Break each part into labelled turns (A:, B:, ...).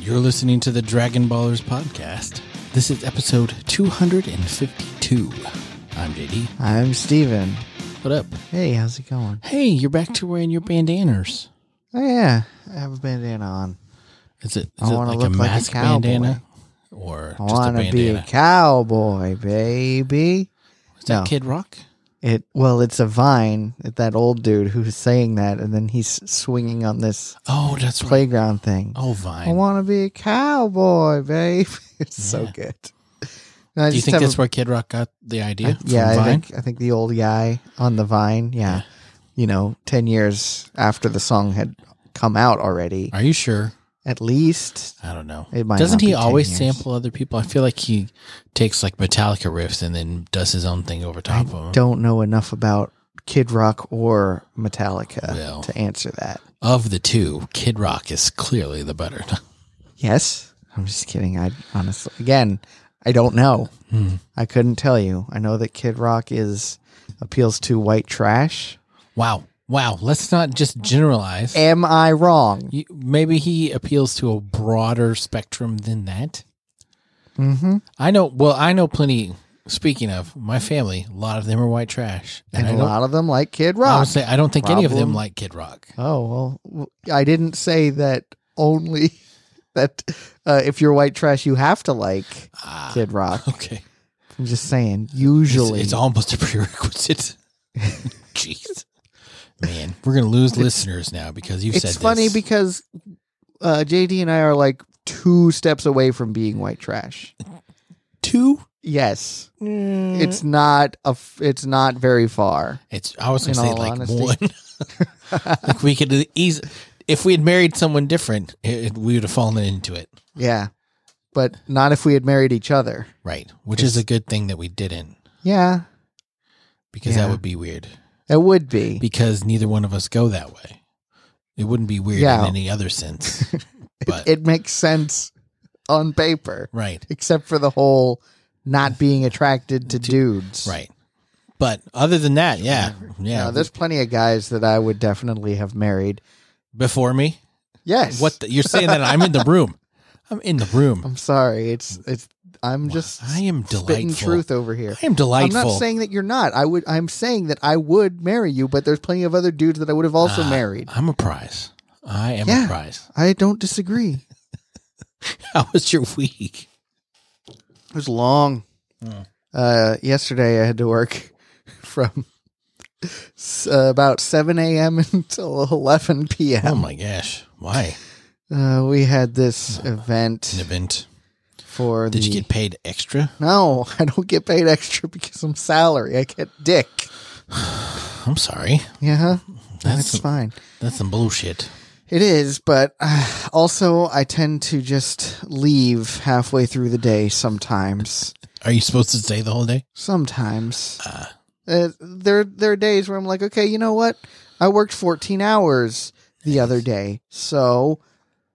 A: You're listening to the Dragon Ballers podcast. This is episode 252. I'm JD.
B: I'm Steven.
A: What up?
B: Hey, how's it going?
A: Hey, you're back to wearing your bandanas.
B: Oh yeah, I have a bandana on.
A: Is it,
B: I
A: is it
B: wanna
A: like a
B: look like a
A: mask
B: cowboy.
A: bandana or just
B: I
A: a
B: want to be a
A: bandana?
B: cowboy, baby.
A: Is that
B: no.
A: Kid Rock?
B: It well, it's a vine. It, that old dude who's saying that, and then he's swinging on this
A: Oh, that's right.
B: playground thing.
A: Oh,
B: I
A: Vine.
B: want to be a cowboy, babe. It's so
A: Yeah.
B: good. And I
A: Do you
B: just
A: think
B: have a-
A: that's where Kid Rock got the idea?
B: I- yeah,
A: from
B: I
A: Vine?
B: think I think the old guy on the vine. Yeah,
A: Yeah.
B: you know, ten years after the song had come out already,
A: Are you sure?
B: at least.
A: I don't know.
B: It might
A: Doesn't
B: not be
A: he
B: 10
A: always
B: years.
A: sample other people? I feel like he takes like Metallica riffs and then does his own thing over top of them.
B: Don't know enough about Kid Rock or Metallica
A: Well.
B: to answer that.
A: Of the two, Kid Rock is clearly the better.
B: Yes, I'm just kidding. I honestly, again, I don't know.
A: Hmm.
B: I couldn't tell you. I know that Kid Rock is appeals to white trash.
A: wow. Wow. Let's not just generalize.
B: Am I wrong?
A: You- Maybe he appeals to a broader spectrum than that.
B: Mm-hmm.
A: I know. Well, I know plenty. Speaking of my family, a lot of them are white trash,
B: And
A: I
B: a
A: don't-
B: lot of them like Kid
A: I would
B: Rock.
A: say I don't think any of them
B: Problem.
A: like Kid Rock.
B: Oh well, w- I didn't say that only that uh, if you're white trash, you have to like
A: Ah,
B: Kid Rock.
A: okay.
B: I'm just saying.
A: It's-
B: Usually,
A: It's, almost a prerequisite. Jeez. Man, we're going to lose listeners now because you've said
B: it's funny
A: this.
B: because uh, JD and I are like two steps away from being white trash.
A: two?
B: Yes,
A: It's,
B: it's not a. F- it's not very far.
A: it's I was going
B: in
A: to say
B: all
A: like
B: honesty.
A: one. like we could ease if we had married someone different, it, it- we would have fallen into it.
B: Yeah, but not if we had married each other.
A: Right. Which is
B: It's-
A: a good thing that we didn't
B: Yeah,
A: because that
B: Yeah.
A: would be weird
B: it would be.
A: because neither one of us go that way. It wouldn't be weird
B: Yeah.
A: in any other sense. but
B: It makes sense on paper,
A: right.
B: except for the whole not being attracted to dudes.
A: Right. But other than that, yeah. Yeah.
B: Now, there's plenty of guys that I would definitely have married.
A: before me,
B: Yes.
A: What the, you're saying that I'm in the room? I'm in the room.
B: I'm sorry. It's it's. I'm just.
A: I am
B: spitting
A: delightful.
B: truth over here.
A: I am delightful.
B: I'm not saying that you're not. I would. I'm saying that I would marry you, but there's plenty of other dudes that I would have also
A: Ah,
B: married.
A: I'm a prize. I am a
B: Yeah.
A: prize.
B: I don't disagree.
A: How was your week?
B: It was long.
A: Mm.
B: Uh, yesterday I had to work from s- uh, about 7 a.m. until 11
A: Oh
B: p.m.
A: my gosh! Why
B: Uh, we had this event
A: an event?
B: for
A: Did
B: the.
A: you get paid extra?
B: no, I don't get paid extra because I'm salary. I get dick.
A: I'm sorry.
B: Yeah,
A: That's-
B: that's fine.
A: That's some bullshit.
B: It is, but uh, also I tend to just leave halfway through the day sometimes.
A: Are you supposed to stay the whole day?
B: sometimes
A: Uh,
B: uh, there there are days where I'm like, okay, you know what? I worked 14 hours the other day, so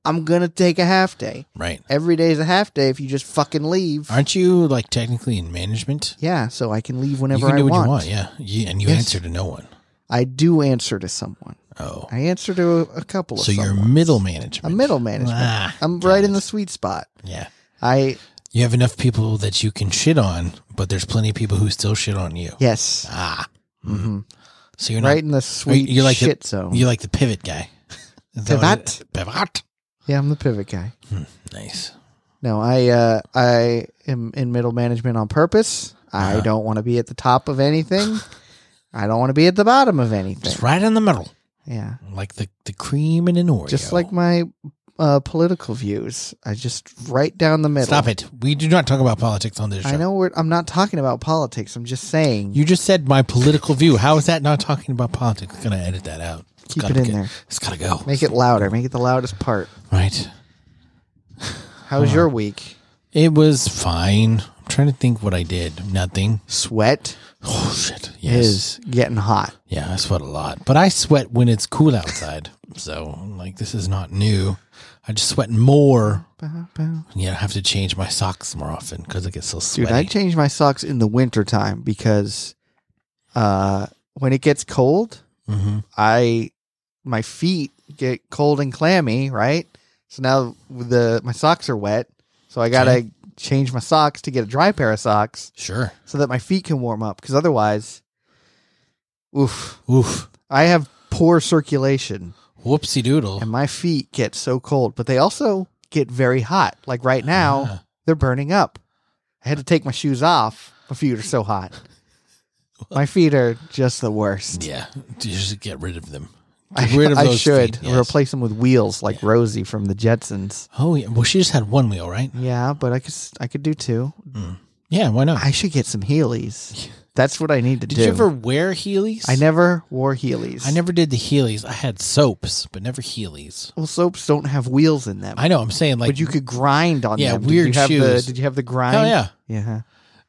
B: I'm gonna take a half day.
A: right.
B: Every day is a half day if you just fucking leave.
A: Aren't you like technically in management?
B: Yeah, so I can leave whenever
A: you can do what
B: I want.
A: you want. Yeah. You, and you
B: Yes.
A: answer to no one.
B: I do answer to someone.
A: Oh.
B: I answer to a, a couple of
A: So you're
B: someones.
A: middle management.
B: I'm middle management.
A: Ah,
B: I'm right in the sweet spot.
A: yeah.
B: I
A: You have enough people that you can shit on, but there's plenty of people who still shit on you.
B: yes.
A: Ah,
B: hmm
A: so you're
B: right in the sweet
A: you're like the-
B: shit zone.
A: not you like the pivot guy. Is that what it- Pivot.
B: yeah, I'm the pivot guy.
A: Nice.
B: No, I uh, I am in middle management on purpose. I
A: Uh-huh.
B: don't want to be at the top of anything. I don't want to be at the bottom of anything.
A: Just right in the middle,
B: Yeah,
A: like the the cream in an Oreo.
B: just like my uh, political views. I just right down the middle.
A: Stop it. We do not talk about politics on this show.
B: I know we're, I'm not talking about politics. I'm just saying
A: You just said my political view. How is that not talking about politics? gonna edit that out. It's
B: keep
A: gotta
B: it in
A: go-
B: there.
A: It's gotta go.
B: Make it louder. Make it the loudest part.
A: right.
B: How's your week?
A: It was fine. I'm trying to think what I did. Nothing.
B: Sweat
A: Oh shit. Yes.
B: is getting hot.
A: Yeah, I sweat a lot, but I sweat when it's cool outside. so, like, this is not new. I just sweat more.
B: Bow, bow.
A: Yeah, I have to change my socks more often because I get so
B: Dude,
A: sweaty.
B: I change my socks in the wintertime because uh, when it gets cold,
A: Mhm.
B: I my feet get cold and clammy, right? So now the my socks are wet, so I gotta change my socks to get a dry pair of socks
A: Sure.
B: so that my feet can warm up. Because otherwise, oof,
A: Oof.
B: I have poor circulation
A: Whoopsie doodle.
B: and my feet get so cold. But they also get very hot. Like right now,
A: Ah.
B: they're burning up. I had to take my shoes off. My feet are so hot. My feet are just the worst.
A: Yeah. Just get rid of them.
B: I,
A: Get rid of
B: I
A: those
B: should
A: feet, yes.
B: replace them with wheels like Rosie from the Jetsons.
A: Oh yeah. Well, she just had one wheel, right?
B: Yeah, but I could s- I could do two.
A: Yeah. Why not?
B: I should get some Heelys. That's what I need to
A: Did
B: do.
A: you ever wear Heelys?
B: I never wore Heelys.
A: I never did the Heelys. I had soaps, but never Heelys.
B: Well, soaps don't have wheels in them,
A: I know. I'm saying like
B: but you could grind on
A: Yeah,
B: them.
A: weird
B: did you have
A: shoes.
B: The, did you have the grind?
A: Oh yeah.
B: Yeah.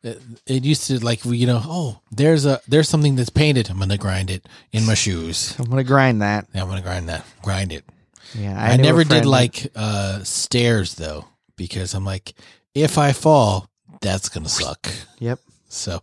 A: It, it used to like we, you know. Oh, there's a there's something that's painted. I'm gonna grind it in my shoes.
B: I'm gonna grind that.
A: Yeah, I'm gonna grind that. Grind it.
B: Yeah.
A: I,
B: knew a
A: never
B: friend
A: did
B: that-
A: like uh stairs though, because I'm like, if I fall, that's gonna suck.
B: Yep.
A: So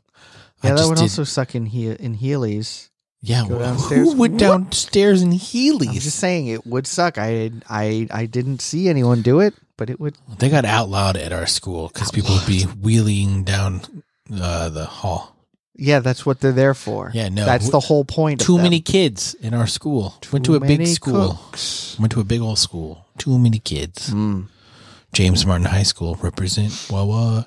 A: I
B: Yeah, that
A: just
B: would
A: did-
B: also suck in he- in Heelys.
A: yeah.
B: go
A: wh-
B: downstairs.
A: Who would
B: What?
A: downstairs in Heelys?
B: I'm just saying it would suck. I I I didn't see anyone do it, but it would.
A: They got out loud at our school because people would be wheeling down uh, the hall.
B: Yeah, that's what they're there for.
A: Yeah, no.
B: that's the whole point. of
A: Too
B: them.
A: many kids in our school. Went to a big
B: many
A: school.
B: cooks.
A: Went to a big old school. Too many kids.
B: Mm.
A: James Martin High School represent. Well, uh,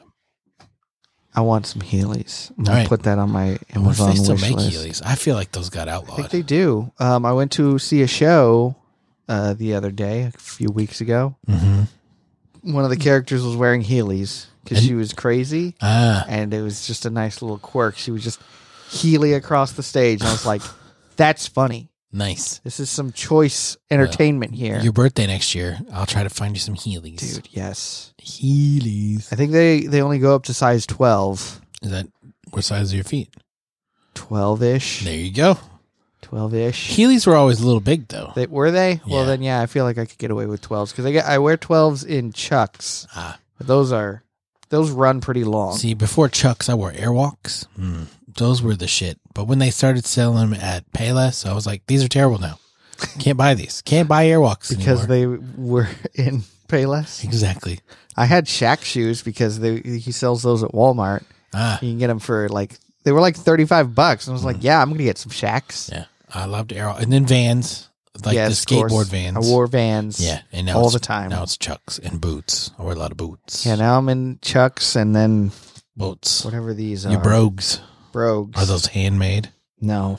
B: I want some Heelys. I'm gonna
A: All right.
B: put that on my
A: I wonder
B: Amazon
A: if they still
B: wish
A: make
B: list.
A: Heelys. I feel like those got
B: I
A: outlawed.
B: think they do. Um, I went to see a show uh, the other day, a few weeks ago.
A: mm-hmm.
B: One of the characters was wearing Heelys because she was crazy,
A: Ah,
B: and it was just a nice little quirk. She was just Heely across the stage, and I was like, "That's funny.
A: nice.
B: This is some choice entertainment here,
A: Your birthday next year, I'll try to find you some Heelys.
B: dude." Yes,
A: Heelys.
B: I think they they only go up to size twelve.
A: Is that what size are your feet?
B: 12 ish.
A: There you go.
B: 12 ish.
A: Heelys were always a little big though.
B: They, were they?
A: Yeah.
B: Well, then, yeah, I feel like I could get away with 12s because I, get- I wear 12s in Chucks.
A: ah.
B: But those are, those run pretty long.
A: See, before Chucks, I wore Airwalks.
B: Hmm.
A: Mm, those were the shit. But when they started selling them at Payless, I was like, these are terrible now. Can't buy these. Can't buy Airwalks
B: because
A: anymore.
B: they were in Payless.
A: exactly.
B: I had Shaq shoes because they, he sells those at Walmart.
A: Ah,
B: You can get them for like, they were like 35 bucks. And I was like, yeah, I'm going to get some Shaqs.
A: Mm-hmm. yeah. I loved Airwalks. And then Vans, like
B: Yes,
A: the
B: of course.
A: skateboard Vans.
B: I wore vans.
A: yeah, and now
B: all
A: it's-
B: the time.
A: Now it's Chucks and boots. I wear a lot of boots.
B: Yeah, now I'm in Chucks and then
A: boots.
B: whatever these are.
A: Your brogues
B: Brogues.
A: are those handmade?
B: No.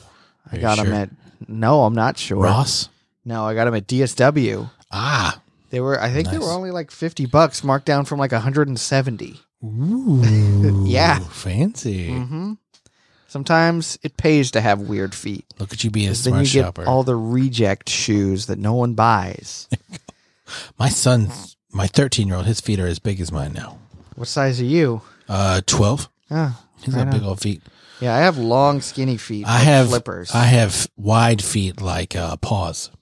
B: I
A: you
B: got them
A: sure?
B: at, no, I'm not sure.
A: Ross.
B: No, I got them at DSW.
A: Ah.
B: They were, I think they were
A: Nice.
B: only like 50 bucks, marked down from like 170.
A: Ooh.
B: Yeah.
A: Fancy.
B: Mm-hmm. Sometimes it pays to have weird feet.
A: Look at you being a
B: Then
A: smart
B: you get
A: shopper.
B: all the reject shoes that no one buys.
A: my son's, my 13 year old, his feet are as big as mine now.
B: what size are you?
A: Uh, twelve.
B: Ah,
A: He's
B: right
A: got big
B: on.
A: old feet.
B: Yeah, I have long, skinny feet.
A: I
B: like
A: have
B: flippers.
A: I have wide feet like uh, paws,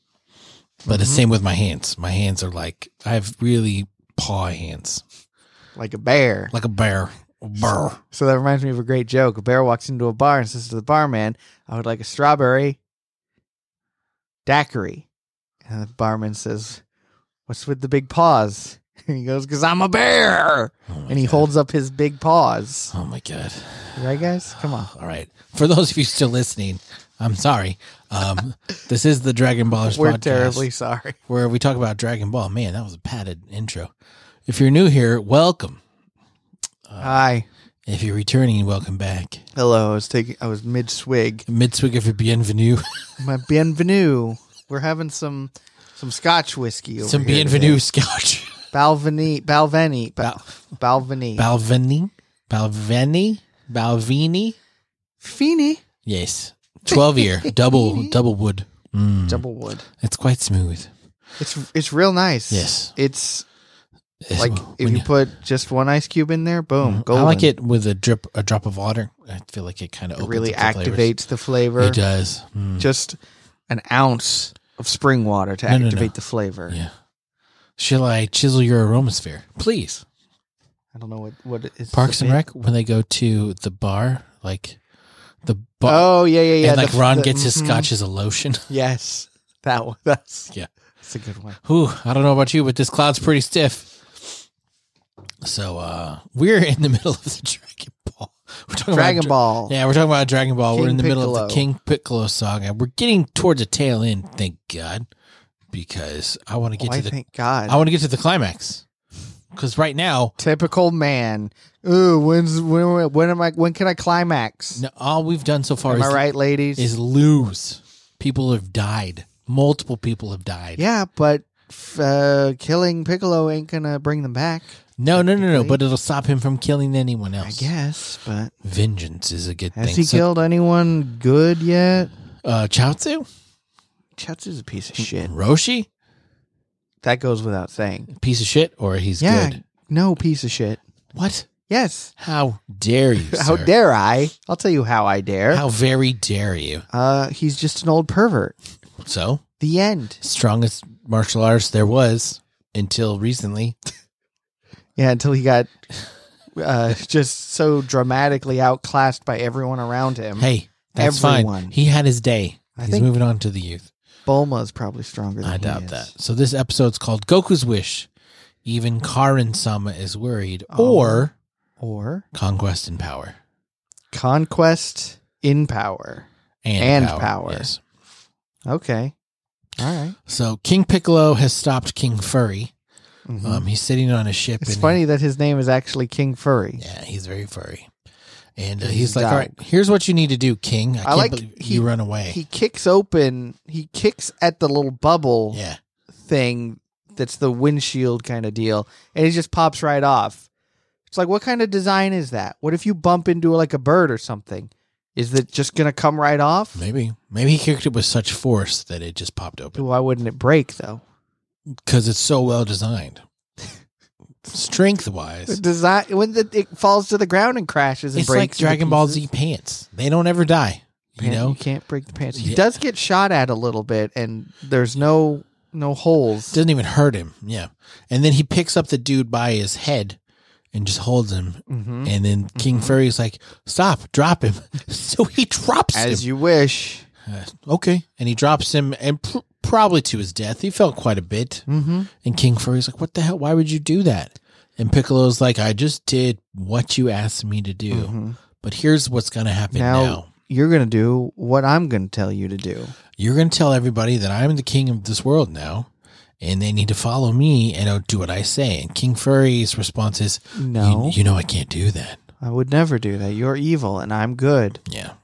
A: but it's same with my hands. My hands are like I have really paw hands,
B: like a bear.
A: like a bear. A Bear.
B: So that reminds me of a great joke. A bear walks into a bar and says to the barman, I would like a strawberry daiquiri. And the barman says, What's with the big paws? And he goes, Because I'm a bear.
A: Oh my
B: And he
A: God.
B: holds up his big paws.
A: Oh my god!
B: You Right, guys? Come on.
A: All right, for those of you still listening, I'm sorry. Um, this is the Dragon Ballers
B: We're
A: podcast
B: terribly sorry.
A: where we talk about Dragon Ball. Man, that was a padded intro. If you're new here, welcome.
B: Hi.
A: If you're returning, welcome back.
B: Hello. I was taking, I was mid swig.
A: Midswig of bienvenue.
B: My bienvenue. We're having some. Some Scotch whiskey. Over
A: Some
B: here
A: bienvenue
B: today.
A: scotch.
B: Balvenie, Balvenie, Bal- Balvenie,
A: Balvini, Balvini, Balvini.
B: Feeney,
A: Yes, twelve year double double wood. Mm,
B: double wood.
A: it's quite smooth.
B: It's it's real nice.
A: Yes.
B: It's
A: Yes,
B: like
A: well,
B: if
A: when Mm-hmm.
B: you put just one ice cube in there, boom,
A: I
B: golden.
A: like it with a drip, a drop of water. I feel like it kind of
B: It really activates the flavor.
A: It does. Mm,
B: Just an ounce of spring water to
A: No, no, no.
B: activate the flavor.
A: yeah. Shall I chisel your aromasphere, please?
B: I don't know what what it is.
A: Parks and
B: the-
A: Rec when they go to the bar, like the bar,
B: Oh yeah, yeah, yeah.
A: and like
B: the-
A: Ron
B: the-
A: gets his
B: mhm.
A: scotch as a lotion.
B: Yes, that one. That's
A: Yeah.
B: It's a good one.
A: Whew, I don't know about you, but this cloud's pretty stiff. So uh we're in the middle of the Dragon Ball. We're talking
B: Dragon
A: about,
B: Ball.
A: Yeah, we're talking about Dragon Ball. we're
B: King
A: in the middle of the
B: Piccolo.
A: King Piccolo saga. We're getting towards a tail end, thank God, because I want to get
B: Why,
A: to the
B: Oh, thank God.
A: I want to get to the climax. Because right now,
B: Typical man. Ooh, when's when? When am I? When can I climax?
A: n- all we've done so far
B: am I
A: is,
B: right, ladies?
A: is lose. People have died. Multiple people have died.
B: yeah, but f- uh, killing Piccolo ain't gonna bring them back.
A: No, no, no, no. But it'll stop him from killing anyone
B: I
A: else.
B: guess, but
A: Vengeance is a good
B: has
A: thing.
B: he
A: So,
B: killed anyone good yet?
A: uh, Chaozu?
B: Chetsu's a piece of shit.
A: Roshi,
B: That goes without saying.
A: piece of shit, or he's
B: yeah,
A: good.
B: no piece of shit.
A: What?
B: Yes.
A: How dare you?
B: How
A: sir.
B: dare I? I'll tell you how I dare.
A: How very dare you?
B: Uh, he's just an old pervert.
A: So
B: The end.
A: strongest martial artist there was until recently.
B: Yeah, until he got uh, just so dramatically outclassed by everyone around him.
A: Hey, that's fine.
B: Um, Everyone.
A: He had his day.
B: I
A: he's
B: think-
A: moving on to the youth.
B: Bulma's probably stronger than
A: I
B: he
A: doubt
B: is.
A: that. So this episode's called Goku's Wish. Even Karin Sama is worried,
B: Oh.
A: or
B: Or
A: conquest and power
B: conquest in power.
A: and,
B: And power.
A: yes.
B: Okay. All right.
A: So King Piccolo has stopped King Furry.
B: Mhm.
A: Um, he's sitting on a ship.
B: it's
A: and he-
B: funny that his name is actually King Furry.
A: Yeah, he's very furry. And uh,
B: He's
A: he's like,
B: dog.
A: all right, here's what you need to do, King. I, can't
B: like-
A: believe
B: he-
A: you run away.
B: He kicks open, he kicks at the little bubble
A: yeah.
B: thing that's the windshield kind of deal, and it just pops right off. It's like, what kind of design is that? What if you bump into like a bird or something? Is it just going to come right off?
A: Maybe. Maybe he kicked it with such force that it just popped open
B: Why wouldn't it break though?
A: because it's so well designed. Strength
B: The
A: wise,
B: design when the, it falls to the ground and crashes and
A: it's
B: breaks.
A: like
B: into
A: Dragon Ball Z
B: pieces.
A: pants. They don't ever die. You
B: Pan- you
A: know?
B: can't break the pants. He
A: Yeah.
B: does get shot at a little bit, and there's no no holes.
A: Doesn't even hurt him. Yeah. And then he picks up the dude by his head and just holds him.
B: Mhm.
A: And then King Furry's like, stop, drop him. so he drops him.
B: As you wish.
A: Uh, okay. And he drops him, and pr- probably to his death. He felt quite a bit.
B: Mm-hmm.
A: And King Furry's like, what the hell? Why would you do that? And Piccolo's like, I just did what you asked me to do.
B: Mhm.
A: But here's what's going to happen now.
B: Now- You're gonna do what I'm gonna tell you to do.
A: You're going to tell everybody that I'm the king of this world now, and they need to follow me and I'll do what I say. And King Furry's response is,
B: No,
A: you, you know, I can't do that.
B: I would never do that. You're evil, and I'm good.
A: Yeah.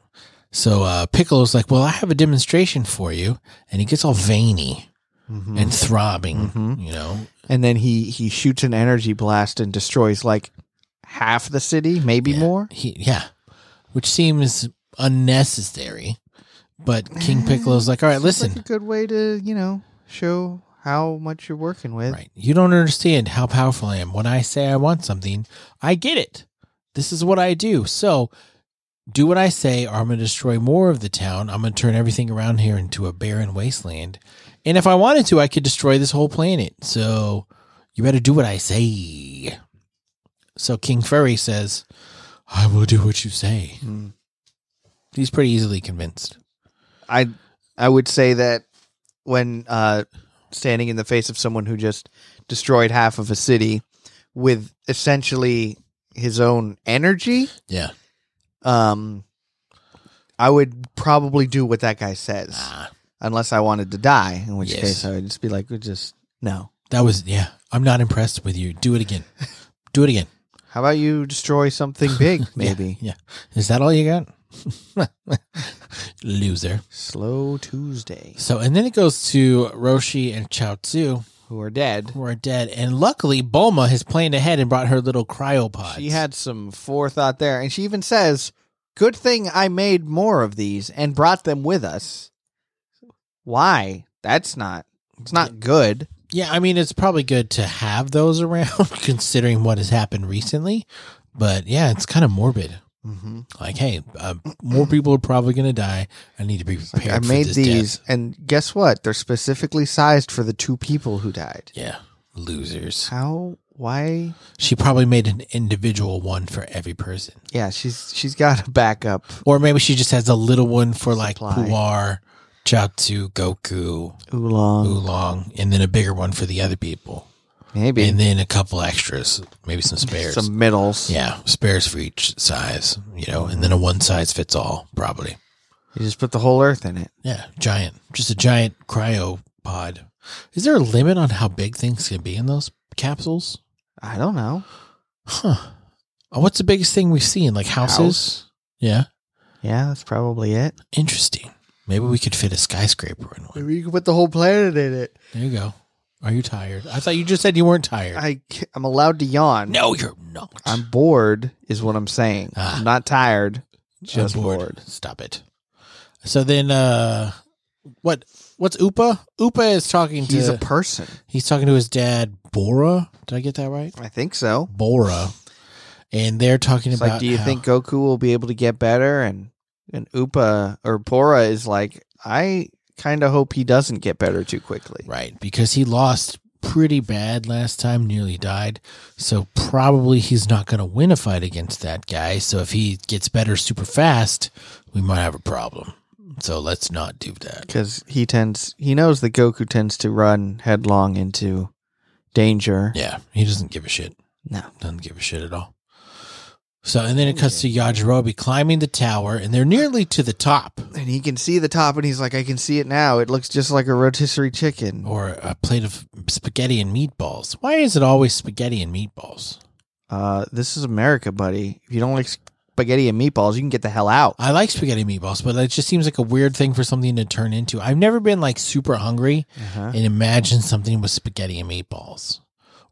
A: So uh, Piccolo's like, well, I have a demonstration for you. And he gets all veiny
B: Mhm.
A: and throbbing,
B: Mhm.
A: you know,
B: and then he he shoots an energy blast and destroys like half the city, maybe
A: Yeah.
B: more.
A: He, yeah, which seems unnecessary. But King Piccolo's like, all right,
B: It's a
A: listen,
B: good way to you know show how much you're working with.
A: right? You don't understand how powerful I am. When I say I want something, I get it. This is what I do. So do what I say, or I'm going to destroy more of the town. I'm going to turn everything around here into a barren wasteland. And if I wanted to, I could destroy this whole planet. So you better do what I say. So King Furry says, I will do what you say.
B: Hmm.
A: He's pretty easily convinced.
B: I I would say that when uh, standing in the face of someone who just destroyed half of a city with essentially his own energy,
A: Yeah.
B: um, I would probably do what that guy says,
A: Ah,
B: unless I wanted to die, in which
A: Yes.
B: case I would just be like, "We just no.
A: that was yeah. I'm not impressed with you. Do it again. Do it again.
B: How about you destroy something big, maybe?
A: Yeah. Is that all you got? Loser.
B: Slow Tuesday,
A: So and then it goes to Roshi and Chaozu
B: who are dead.
A: who are dead. And luckily Bulma has planned ahead and brought her little cryopod.
B: She had some forethought there, and she even says, "Good thing I made more of these and brought them with us." Why? That's not. It's not good.
A: Yeah, I mean it's probably good to have those around considering what has happened recently. But yeah, it's kind of morbid.
B: Mm-hmm.
A: Like, hey, uh, more people are probably going to die. I need to be prepared.
B: I
A: for
B: made
A: this
B: these,
A: death.
B: and guess what? They're specifically sized for the two people who died.
A: Yeah, losers.
B: How? Why?
A: She probably made an individual one for every person.
B: Yeah, she's she's got a backup.
A: Or maybe she just has a little one for like
B: Supply.
A: Puar Chaozu, Goku,
B: Oolong.
A: Oolong, and then a bigger one for the other people,
B: Maybe.
A: and then a couple extras, maybe some spares.
B: Some middles.
A: yeah, spares for each size, you know, and then a one size fits all, probably.
B: You just put the whole earth in it.
A: Yeah, giant, just a giant cryopod. Is there a limit on how big things can be in those capsules?
B: I don't know.
A: Huh. Uh, What's the biggest thing we've seen? Like houses?
B: House.
A: Yeah.
B: Yeah, that's probably it.
A: Interesting. Maybe we could fit a skyscraper in one.
B: Maybe you could put the whole planet in it.
A: There you go. Are you tired? I thought you just said you weren't tired.
B: I, ca- I'm allowed to yawn.
A: no, you're not.
B: I'm bored, is what I'm saying.
A: Ah.
B: I'm not tired.
A: I'm
B: just bored.
A: Stop it. So then, uh, what? What's Upa? Upa is talking
B: He's
A: to.
B: a person.
A: he's talking to his dad, Bora. Did I get that right?
B: I think so.
A: Bora. And they're talking
B: It's
A: about.
B: like, do you
A: how-
B: think Goku will be able to get better? And and Upa or Pora is like, I kind of hope he doesn't get better too quickly.
A: Right, because he lost pretty bad last time, nearly died. So probably he's not going to win a fight against that guy. So if he gets better super fast, we might have a problem. So let's not do that.
B: Because he tends, he knows that Goku tends to run headlong into danger.
A: Yeah, he doesn't give a shit.
B: No,
A: Doesn't give a shit at all. So and then it cuts to Yajirobe climbing the tower, and they're nearly to the top,
B: and he can see the top, and he's like, I can see it now. It looks just like a rotisserie chicken.
A: or a plate of spaghetti and meatballs. Why is it always spaghetti and meatballs?
B: Uh, this is America, buddy. If you don't like spaghetti and meatballs, you can get the hell out.
A: I like spaghetti meatballs, but it just seems like a weird thing for something to turn into. I've never been like super hungry
B: Uh-huh.
A: and imagined something with spaghetti and meatballs,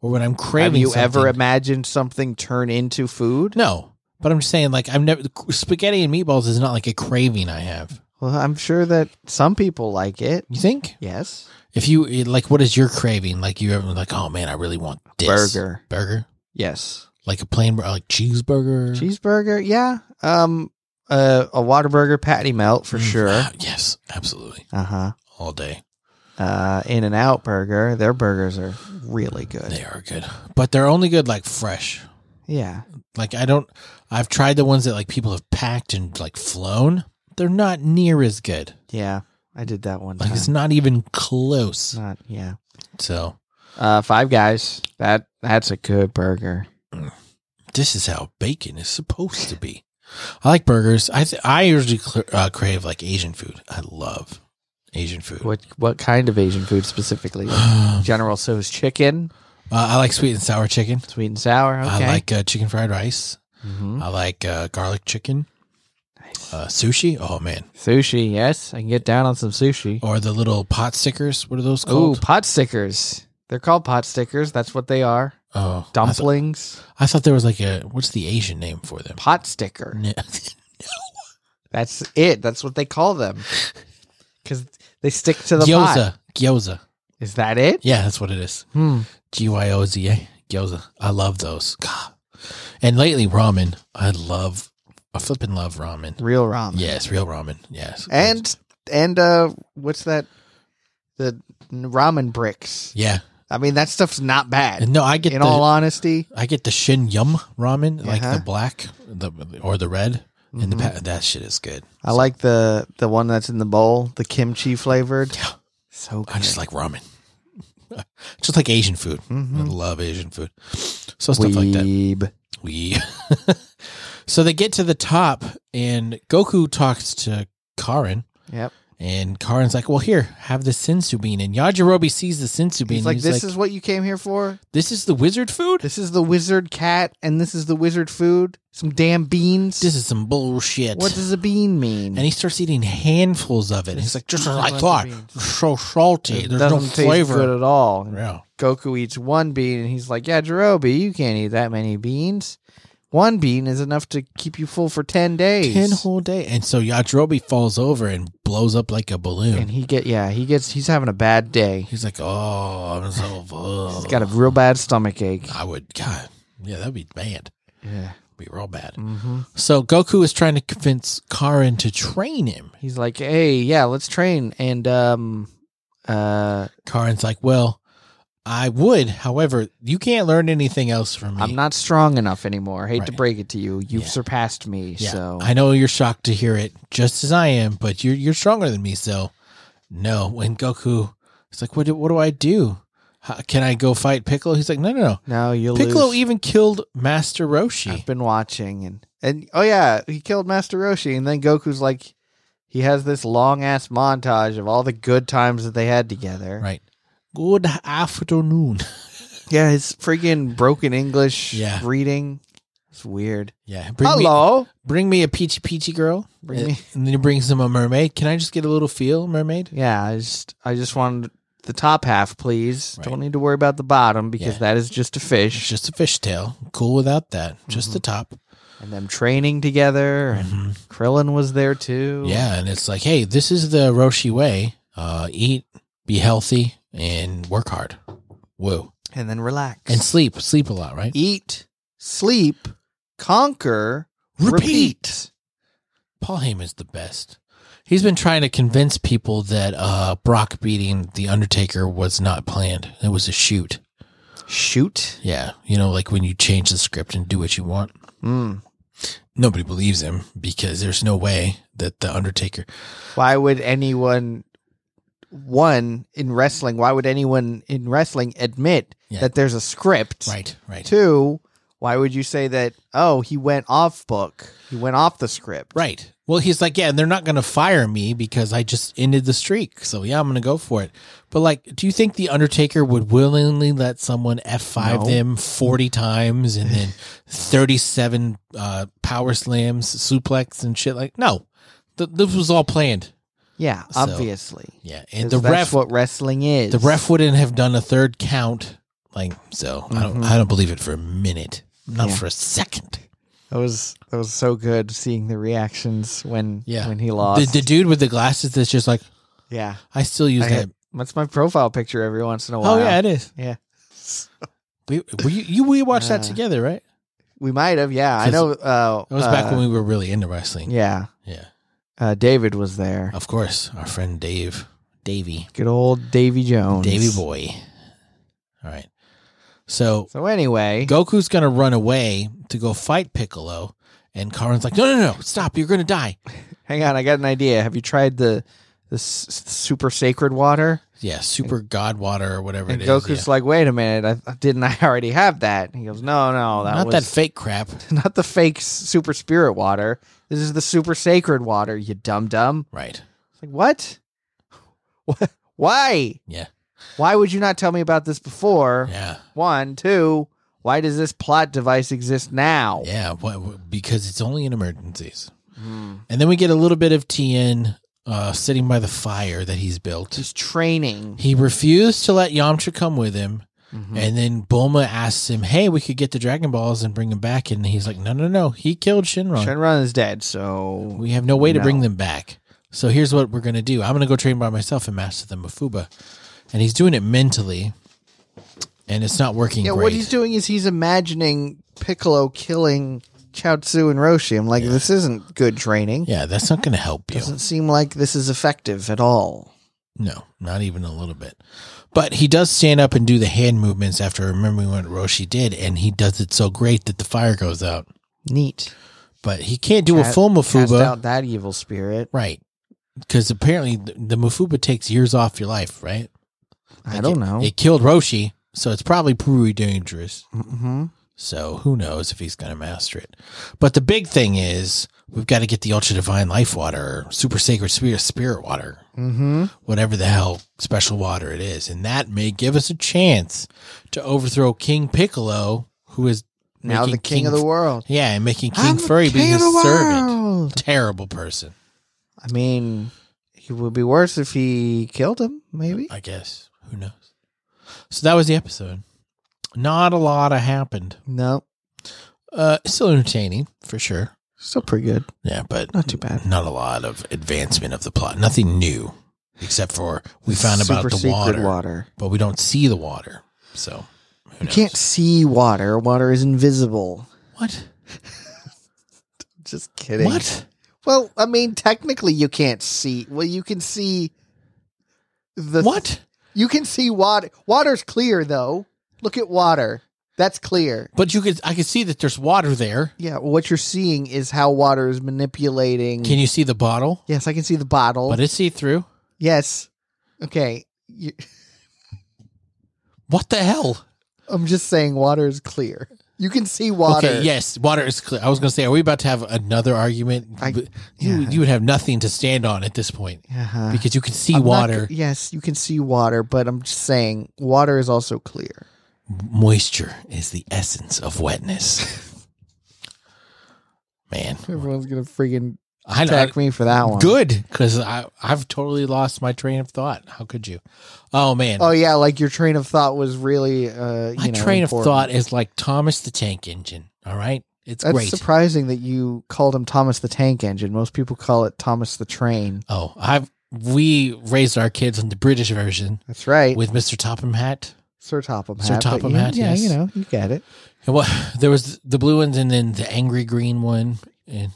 A: or when I'm craving.
B: Have you
A: something-
B: ever imagined something turn into food?
A: No, but I'm just saying, like I've never spaghetti and meatballs is not like a craving I have.
B: Well, I'm sure that some people like it.
A: You think?
B: Yes.
A: If you eh, like, what is your craving? Like you ever like, oh man, I really want this
B: Burger.
A: burger,
B: Yes.
A: like a plain bur- like cheeseburger,
B: Cheeseburger. Yeah. Um. Uh, a Whataburger patty melt for
A: Mm,
B: sure.
A: ah, yes, absolutely,
B: Uh huh.
A: all day.
B: Uh, In and Out Burger. Their burgers are really good.
A: They are good, but they're only good like fresh.
B: Yeah.
A: Like I don't I've tried the ones that like people have packed and like flown. They're not near as good.
B: Yeah. I did that one
A: Like
B: time.
A: it's not even close.
B: Not. Yeah.
A: So
B: Uh, Five Guys. That that's a good burger.
A: this is how bacon is supposed to be. I like burgers. I th- I usually cl- uh, crave like Asian food. I love Asian food.
B: What what kind of Asian food specifically?
A: uh,
B: General So's chicken,
A: I like sweet and sour chicken.
B: sweet and sour. Okay.
A: I like uh, chicken fried rice.
B: Mhm.
A: I like uh, garlic chicken.
B: Nice.
A: Uh, sushi. Oh man.
B: sushi. Yes, I can get down on some sushi.
A: Or the little pot stickers. What are those
B: Ooh,
A: called?
B: pot stickers. They're called pot stickers. That's what they are.
A: oh, I, th-
B: Dumplings.
A: I thought there was like a what's the Asian name for them?
B: pot
A: Mm.
B: sticker. That's it. That's what they call them. Because they stick to the
A: gyoza.
B: pot.
A: Gyoza.
B: Is that it?
A: Yeah, that's what it is.
B: Hmm.
A: G Y O Z A. Gyoza. I love those. God. And lately, ramen. I love, I flippin' love ramen.
B: Real ramen.
A: Yes, real ramen. Yes.
B: And and uh, what's that? The ramen bricks.
A: yeah.
B: I mean, that stuff's not bad.
A: And no, I get
B: In
A: the
B: all honesty,
A: I get the shin yum ramen, like
B: Uh-huh. Mm-hmm.
A: the black, the or the red, and the pa- that shit is good.
B: I like the the one that's in the bowl, the kimchi flavored. So good.
A: I just like ramen. just like Asian food.
B: Mm-hmm.
A: I love Asian food. So stuff like that.
B: Weeb.
A: We. so they get to the top, and Goku talks to Karin,
B: Yep.
A: and Karin's like, "Well, here, have the sensu bean." And Yajirobe sees the sensu bean.
B: He's
A: and
B: like, this is what you came here for.
A: this is the wizard food.
B: This is the wizard cat, and this is the wizard food. Some damn beans.
A: This is some bullshit."
B: what does a bean mean?
A: and he starts eating handfuls of it. He's like, "Just as I thought, so salty. There's no
B: doesn't taste good
A: flavor."
B: at all. And
A: Yeah.
B: Goku eats one bean, and he's like, "Yeah, Jirobe, you can't eat that many beans. One bean is enough to keep you full for ten days.
A: Ten whole day, and so Yajirobe falls over and blows up like a balloon.
B: and he get yeah, he gets he's having a bad day.
A: He's like, "Oh, I'm so full."
B: He's got a real bad stomach ache.
A: I would, God, yeah, that'd be bad.
B: Yeah.
A: Be real bad.
B: hmm
A: So Goku is trying to convince Karin to train him.
B: He's like, "Hey, yeah, let's train." And um, uh,
A: Karin's like, "Well, I would, however, you can't learn anything else from me."
B: I'm not strong enough anymore. Hate to
A: Right.
B: break it to you, you've
A: Yeah.
B: surpassed me.
A: Yeah,
B: So
A: I know you're shocked to hear it, just as I am, but you're you're stronger than me, so no. When Goku, he's like, what do, what do I do? How, can I go fight Piccolo? He's like, no, no, no.
B: Now you'll
A: Piccolo
B: lose.
A: even killed Master Roshi.
B: I've been watching and and oh yeah, he killed Master Roshi and then Goku's like he has this long ass montage of all the good times that they had together.
A: Right. Good afternoon.
B: Yeah, his freaking broken English
A: Yeah.
B: reading. It's weird.
A: Yeah. Bring Me,
B: Hello.
A: bring me a peachy peachy girl.
B: Bring
A: Uh,
B: me-
A: And then he brings him a mermaid. Can I just get a little feel, mermaid?
B: Yeah, I just I just wanted the top half, please.
A: Right.
B: Don't need to worry about the bottom because
A: Yeah.
B: that is just a
A: It's
B: fish.
A: just a fishtail. Cool without that. Just the top.
B: And them training together and
A: Mhm.
B: Krillin was there too.
A: Yeah. And it's like, hey, this is the Roshi way. Uh, eat, be healthy, and work hard. Woo.
B: And then relax.
A: And sleep. Sleep a lot, right?
B: eat, sleep, conquer, repeat.
A: Paul Heyman's the best. He's been trying to convince people that uh, Brock beating The Undertaker was not planned. It was a shoot.
B: Shoot.
A: Yeah. You know, like when you change the script and do what you want.
B: Mm.
A: Nobody believes him because there's no way that The Undertaker.
B: Why would anyone one in wrestling, why would anyone in wrestling admit
A: Yeah.
B: that there's a script?
A: Right, right.
B: Two, why would you say that, oh, he went off book? He went off the script.
A: Right. Well, he's like, yeah, and they're not going to fire me because I just ended the streak. So, yeah, I'm going to go for it. But, like, do you think The Undertaker would willingly let someone F5
B: No.
A: them 40 times and then 37 uh, power slams, suplex, and shit? Like, no. Th- this was all planned.
B: Yeah,
A: So,
B: obviously.
A: Yeah.
B: 'Cause
A: And the
B: that's
A: ref,
B: what wrestling is.
A: the ref wouldn't have done a third count. Like, so I don't,
B: Mhm.
A: I don't believe it for a minute, not
B: Yeah.
A: for a second.
B: That was that was so good seeing the reactions when
A: Yeah.
B: when he
A: The,
B: lost.
A: the dude with the glasses that's just like,
B: yeah.
A: I still use
B: I
A: that.
B: had- That's my profile picture every once in a while.
A: Oh yeah, it is.
B: Yeah.
A: We we you, we watched that
B: Uh,
A: together, right?
B: We might have, yeah. I
A: 'Cause
B: know. Uh,
A: It was
B: uh,
A: back when we were really into wrestling.
B: Yeah,
A: Yeah.
B: uh, David was there.
A: Of course, our friend Dave, Davey,
B: Good old Davy Jones.
A: Davey boy. All right. So
B: So anyway,
A: Goku's gonna run away to go fight Piccolo, and Karin's like, "No, no, no! Stop! You're gonna die."
B: hang on. I got an idea. Have you tried the the s- s- super sacred water?
A: Yeah, super god water or whatever
B: And
A: it is.
B: Goku's
A: yeah.
B: like, wait a minute, I, didn't I already have that? And he goes, no, no, that
A: not that
B: was
A: fake crap.
B: not the fake s- super spirit water. This is the super sacred water. You dumb dumb.
A: Right.
B: It's like what? What? Why?
A: Yeah.
B: Why would you not tell me about this before?
A: Yeah.
B: One, two. Why does this plot device exist now?
A: Yeah. wha- because it's only in emergencies.
B: Hmm.
A: And then we get a little bit of TN uh, sitting by the fire that he's built.
B: He's training.
A: He refused to let Yamcha come with him.
B: Mm-hmm.
A: And then Bulma asks him, Hey, we could get the Dragon Balls and bring them back. And he's like, No, no, no. He killed Shinron.
B: Shenron is dead, so
A: we have no way to
B: No.
A: bring them back. So here's what we're going to do I'm going to go train by myself and master them with Fuba. And he's doing it mentally. And it's not working
B: yeah.
A: great.
B: What he's doing is he's imagining Piccolo killing Chaozu and Roshi. I'm like, this isn't good training.
A: yeah, that's not going to help you.
B: Doesn't seem like this is effective at all.
A: No, not even a little bit. But he does stand up and do the hand movements after remembering what Roshi did, and he does it so great that the fire goes out.
B: Neat.
A: But he can't do a
B: Cast-
A: full
B: Cast
A: Mafuba,
B: out that evil spirit.
A: right? Because apparently the, the Mafuba takes years off your life, right?
B: I
A: Like,
B: don't
A: it-
B: know.
A: It killed Roshi, so it's probably pretty dangerous. Mm-hmm.
B: hmm
A: So who knows if he's going to master it? But the big thing is we've got to get the Ultra Divine Life Water, or Super Sacred Spirit Spirit Water,
B: hmm
A: whatever the hell special water it is. And that may give us a chance to overthrow King Piccolo, who is
B: Now the
A: making
B: king, of the world.
A: Yeah, and making King
B: I'm the
A: Furry be
B: king
A: his
B: of the
A: servant.
B: world.
A: Terrible person,
B: I mean, he would be worse if he killed him. Maybe.
A: I guess. Who knows? So that was the episode. Not a lot happened.
B: No.
A: Uh still entertaining for sure.
B: Still pretty good.
A: Yeah, but
B: Not too bad.
A: not a lot of advancement of the plot. Nothing new except for we found
B: Super
A: about the
B: secret
A: water,
B: water.
A: but we don't see the water. So who
B: You
A: knows?
B: can't see water. Water is invisible.
A: What?
B: Just kidding.
A: What?
B: Well, I mean, technically, you can't see. Well, you can see the
A: What?
B: You can see water. Water's clear, though. Look at water. That's clear.
A: But you could I could see that there's water there.
B: Yeah. Well, what you're seeing is how water is manipulating.
A: Can you see the bottle?
B: yes, I can see the bottle.
A: But it's see through.
B: yes, Okay. You,
A: What the hell?
B: I'm just saying water is clear. You can see water.
A: Okay, yes, water is clear. I was going to say, are we about to have another argument?
B: I-
A: But you,
B: yeah.
A: you would have nothing to stand on at this point
B: Uh-huh.
A: because you can see
B: I'm not
A: water,
B: g- yes, you can see water, but I'm just saying water is also clear.
A: moisture is the essence of wetness. Man,
B: Everyone's gonna friggin'
A: I know.
B: attack me for that one.
A: Good, because I I've totally lost my train of thought. How could you? Oh man,
B: Oh yeah, like your train of thought was really uh you
A: my
B: know,
A: train
B: important.
A: of thought is like Thomas the Tank Engine. All right, it's
B: That's
A: great.
B: surprising that you called him Thomas the Tank Engine. Most people call it Thomas the Train.
A: oh, I've we raised our kids on the British version
B: That's right.
A: with Mister Topham Hat.
B: Sir Topham Hat.
A: Sir
B: but
A: Topham
B: you-
A: Hatt,
B: Yeah,
A: yes.
B: you know, you get it.
A: And what there was the blue ones, and then the angry green one, and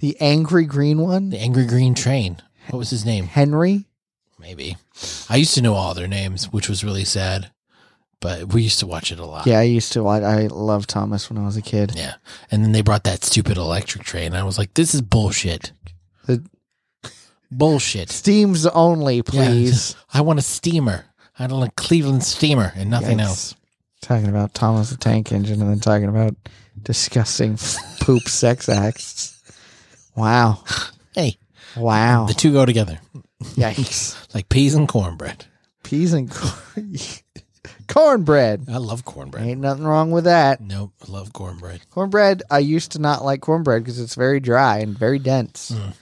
B: The angry green one,
A: the angry green train. What was his name?
B: Henry.
A: Maybe I used to know all their names, which was really sad. But we used to watch it a lot.
B: Yeah, I used to. I, I loved Thomas when I was a kid.
A: Uh, Yeah. And then they brought that stupid electric train. I was like, this is bullshit.
B: The-
A: bullshit.
B: Steams only, please.
A: I want a steamer. I don't like Cleveland steamer and nothing
B: Yikes.
A: else.
B: Talking about Thomas the Tank Engine, and then talking about disgusting poop sex acts. Wow!
A: Hey,
B: Wow!
A: the two go together
B: Yikes!
A: like peas and cornbread.
B: Peas and corn- cornbread.
A: I love cornbread.
B: Ain't nothing wrong with that.
A: Nope, love cornbread.
B: Cornbread. I used to not like cornbread because it's very dry and very dense,
A: Mm.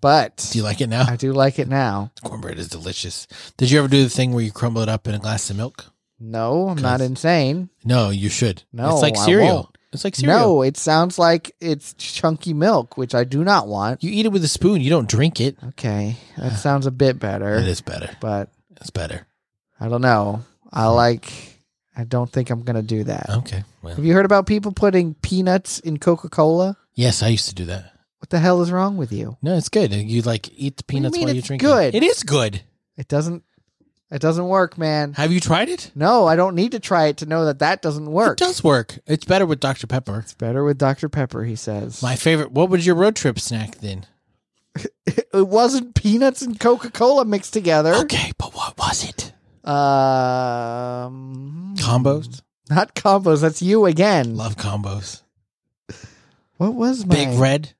B: but
A: Do you like it now?
B: I do like it now.
A: Cornbread is delicious. Did you ever do the thing where you crumble it up in a glass of milk?
B: No, I'm not
A: 'Cause-
B: insane.
A: No, you should.
B: No,
A: it's like
B: I
A: cereal.
B: won't.
A: It's like cereal.
B: No, it sounds like it's chunky milk, which I do not want.
A: You eat it with a spoon. You don't drink it.
B: Okay, that sounds a bit better,
A: It is better.
B: but
A: It's better.
B: I don't know.
A: Hmm.
B: I like. I don't think I'm gonna do that.
A: Okay. Well,
B: Have you heard about people putting peanuts in Coca Cola?
A: yes, I used to do that.
B: What the hell is wrong with you?
A: No, it's good. You like eat the
B: do you
A: peanuts
B: mean
A: while you
B: it's
A: drink
B: good?
A: it. It is good.
B: It doesn't. It doesn't work, man.
A: Have you tried it?
B: No, I don't need to try it to know that that doesn't work.
A: It does work. It's better with Dr. Pepper.
B: It's better with Dr Pepper, he says.
A: My favorite. What was your road trip snack then?
B: it wasn't peanuts and Coca Cola mixed together.
A: Okay, but what was it?
B: Um,
A: Combos.
B: Not combos. That's you again.
A: Love combos.
B: What was my
A: Big Red.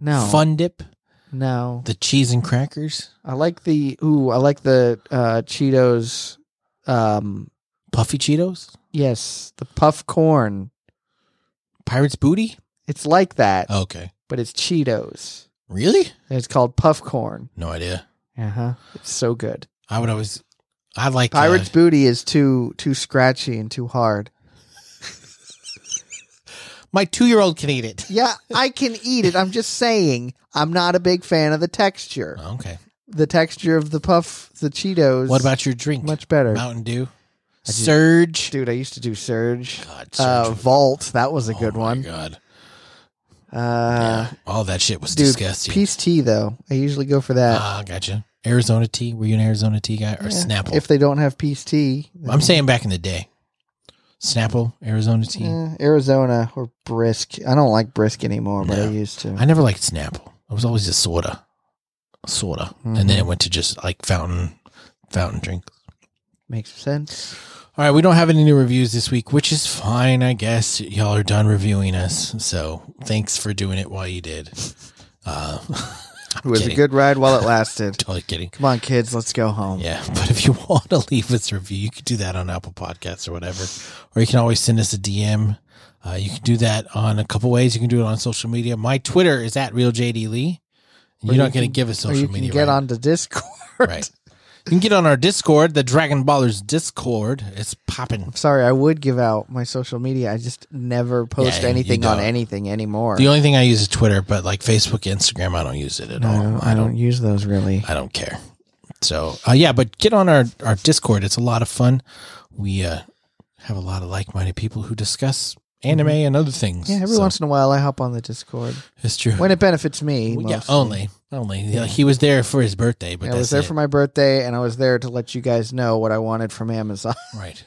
B: No,
A: Fun Dip.
B: no.
A: The cheese and crackers.
B: I like the ooh. I like the uh, Cheetos. Um,
A: Puffy Cheetos.
B: yes, the puff corn.
A: Pirates Booty.
B: It's like that,
A: Okay.
B: but it's Cheetos.
A: Really?
B: And it's called puff corn.
A: No idea.
B: Uh huh. It's so good.
A: I would always. I like
B: Pirate's
A: Uh,
B: booty is too too scratchy and too hard.
A: my two year old can eat it.
B: Yeah, I can eat it. I'm just saying, I'm not a big fan of the texture.
A: Okay.
B: The texture of the puff, the Cheetos.
A: What about your drink?
B: much better,
A: Mountain Dew.
B: do-
A: Surge.
B: dude? I used to do Surge,
A: God, Surge.
B: uh, Vault. That was a
A: Oh
B: good
A: my
B: one.
A: God.
B: Uh,
A: Yeah. All that shit was
B: dude,
A: disgusting.
B: Peace tea though. I usually go for that.
A: Ah, gotcha. Arizona tea. Were you an Arizona tea guy or
B: Yeah.
A: Snapple?
B: If they don't have peace tea, then-
A: I'm saying back in the day, Snapple, Arizona tea.
B: Eh, Arizona or Brisk. I don't like Brisk anymore, but I
A: No.
B: used to.
A: I never liked Snapple. I was always a soda, soda, and then
B: Mhm.
A: it went to just like fountain, fountain drink.
B: Makes sense.
A: All right, we don't have any new reviews this week, which is fine, I guess. Y'all are done reviewing us, so thanks for doing it while you did. Uh,
B: It was
A: kidding.
B: a good ride while it lasted.
A: totally kidding.
B: Come on, kids, let's go home.
A: Yeah, but if you want to leave us a review, you can do that on Apple Podcasts or whatever, or you can always send us a DM. Uh, you can do that on a couple ways. You can do it on social media. My Twitter is at real JD Lee. You're not
B: Or you
A: going to
B: can-
A: give us
B: or
A: social
B: you can
A: media.
B: get
A: right?
B: on to Discord.
A: right. You can get on our Discord, the Dragon Ballers Discord. It's popping.
B: I'm sorry, I would give out my social media. I just never post
A: you- you
B: anything on
A: don't.
B: anything anymore.
A: The only thing I use is Twitter, but like Facebook, Instagram, I don't use it at
B: No,
A: all. I don't.
B: use those really.
A: I don't care. So uh, yeah, but get on our our Discord. It's a lot of fun. We uh, have a lot of like minded people who discuss anime and other things.
B: Mm-hmm. Yeah, every
A: So,
B: once in a while I hop on the Discord
A: it's true.
B: when it benefits me.
A: Well, yeah,
B: mostly.
A: only only Yeah, he was there for his birthday, but
B: Yeah, I
A: that's
B: was there
A: it.
B: for my birthday, and I was there to let you guys know what I wanted from Amazon.
A: right.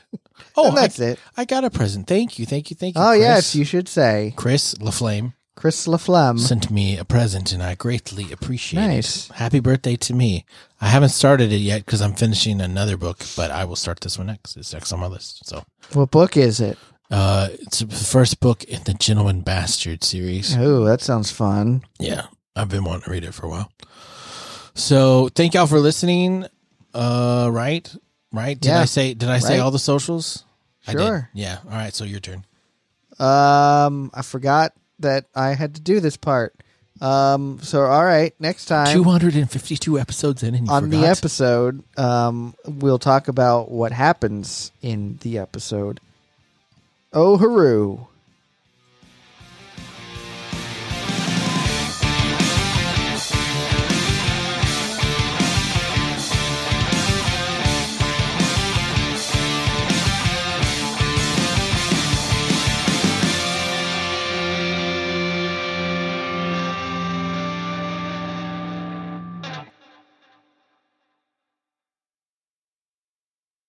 A: Oh,
B: and
A: I,
B: that's it.
A: I got a present. Thank you, thank you, thank you.
B: Oh
A: Chris.
B: yes, you should say.
A: Chris LaFlame.
B: Chris LaFlamme.
A: sent me a present and I greatly appreciate
B: Mm-hmm. Nice.
A: it. Happy birthday to me. I haven't started it yet because I'm finishing another book, but I will start this one next. It's next on my list. So
B: What book is it?
A: uh, it's the first book in the Gentleman Bastard series.
B: Oh, that sounds fun.
A: Yeah, I've been wanting to read it for a while. So thank y'all for listening. Uh, right, right. Did
B: Yeah.
A: I say? Did I say
B: Right.
A: all the socials? I did.
B: Sure.
A: Yeah. All right. So your turn.
B: Um, I forgot that I had to do this part. Um, so all right, next time
A: Two hundred and fifty-two episodes in, and you
B: on the
A: forgot?
B: episode, um, we'll talk about what happens in the episode. Oh, hooroo!